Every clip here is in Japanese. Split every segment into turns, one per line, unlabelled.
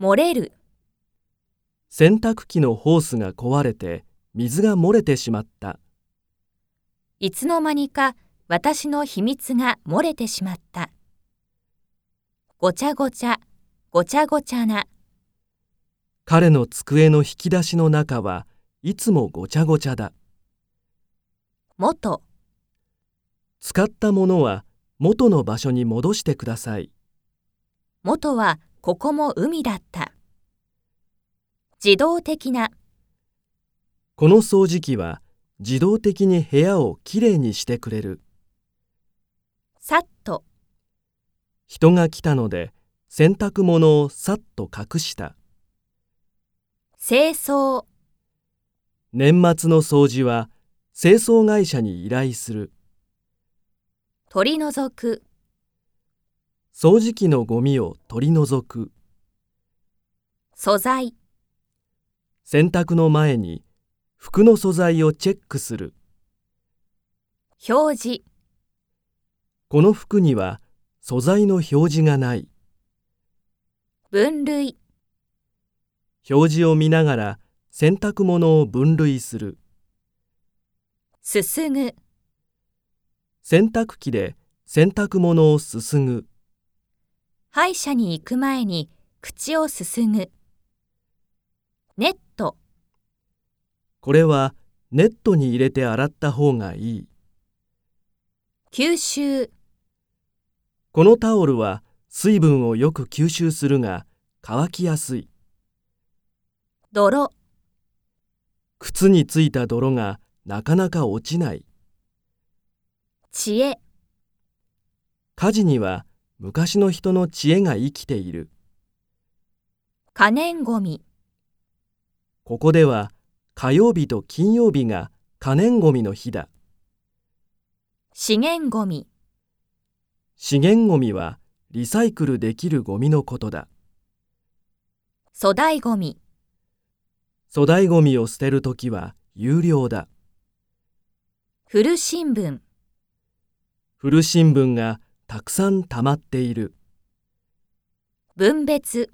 漏れる、
洗濯機のホースが壊れて水が漏れてしまった
いつの間にか私の秘密が漏れてしまった。ごちゃごちゃ、ごちゃごちゃな、
彼の机の引き出しの中はいつもごちゃごちゃだ
元、
使ったものは元の場所に戻してください
元はここも海だった。自動的な、
この掃除機は自動的に部屋をきれいにしてくれる
さっと、
人が来たので洗濯物をさっと隠した
清掃、
年末の掃除は清掃会社に依頼する
取り除く、
掃除機のゴミを取り除く
素材、
洗濯の前に服の素材をチェックする
表示、
この服には素材の表示がない
分類、
表示を見ながら洗濯物を分類する
すすぐ、
洗濯機で洗濯物をすすぐ
歯医者に行く前に口をすすぐ。ネット、
これはネットに入れて洗った方がいい
吸収、
このタオルは水分をよく吸収するが乾きやすい
泥、
靴についた泥がなかなか落ちない
知恵、
家事には昔の人の知恵が生きている
可燃ごみ、
ここでは火曜日と金曜日が可燃ごみの日だ
資源ごみ、
資源ごみはリサイクルできるごみのことだ
粗大ごみ、
粗大ごみを捨てるときは有料だ
古新聞、
古新聞がたくさん溜まっている
分別、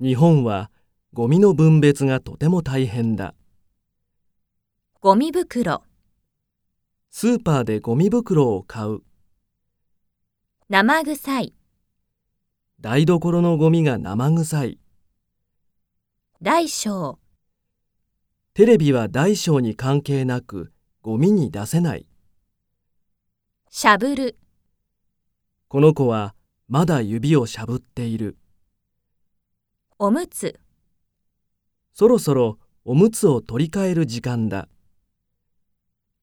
日本はゴミの分別がとても大変だ
ゴミ袋、
スーパーでゴミ袋を買う
生臭い、
台所のゴミが生臭い
大小、
テレビは大小に関係なくゴミに出せない
しゃぶる、
この子はまだ指をしゃぶっている
おむつ、
そろそろおむつを取り替える時間だ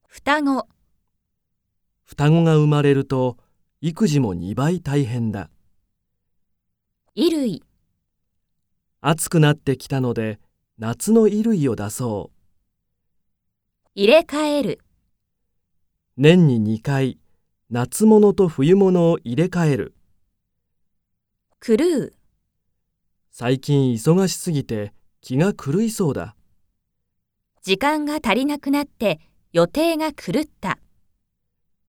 双子、
双子が生まれると育児も2倍大変だ
衣類、
暑くなってきたので夏の衣類を出そう
入れ替える、
年に2回夏物と冬物を入れ替える
クルー、
最近忙しすぎて気が狂いそうだ
時間が足りなくなって予定が狂った。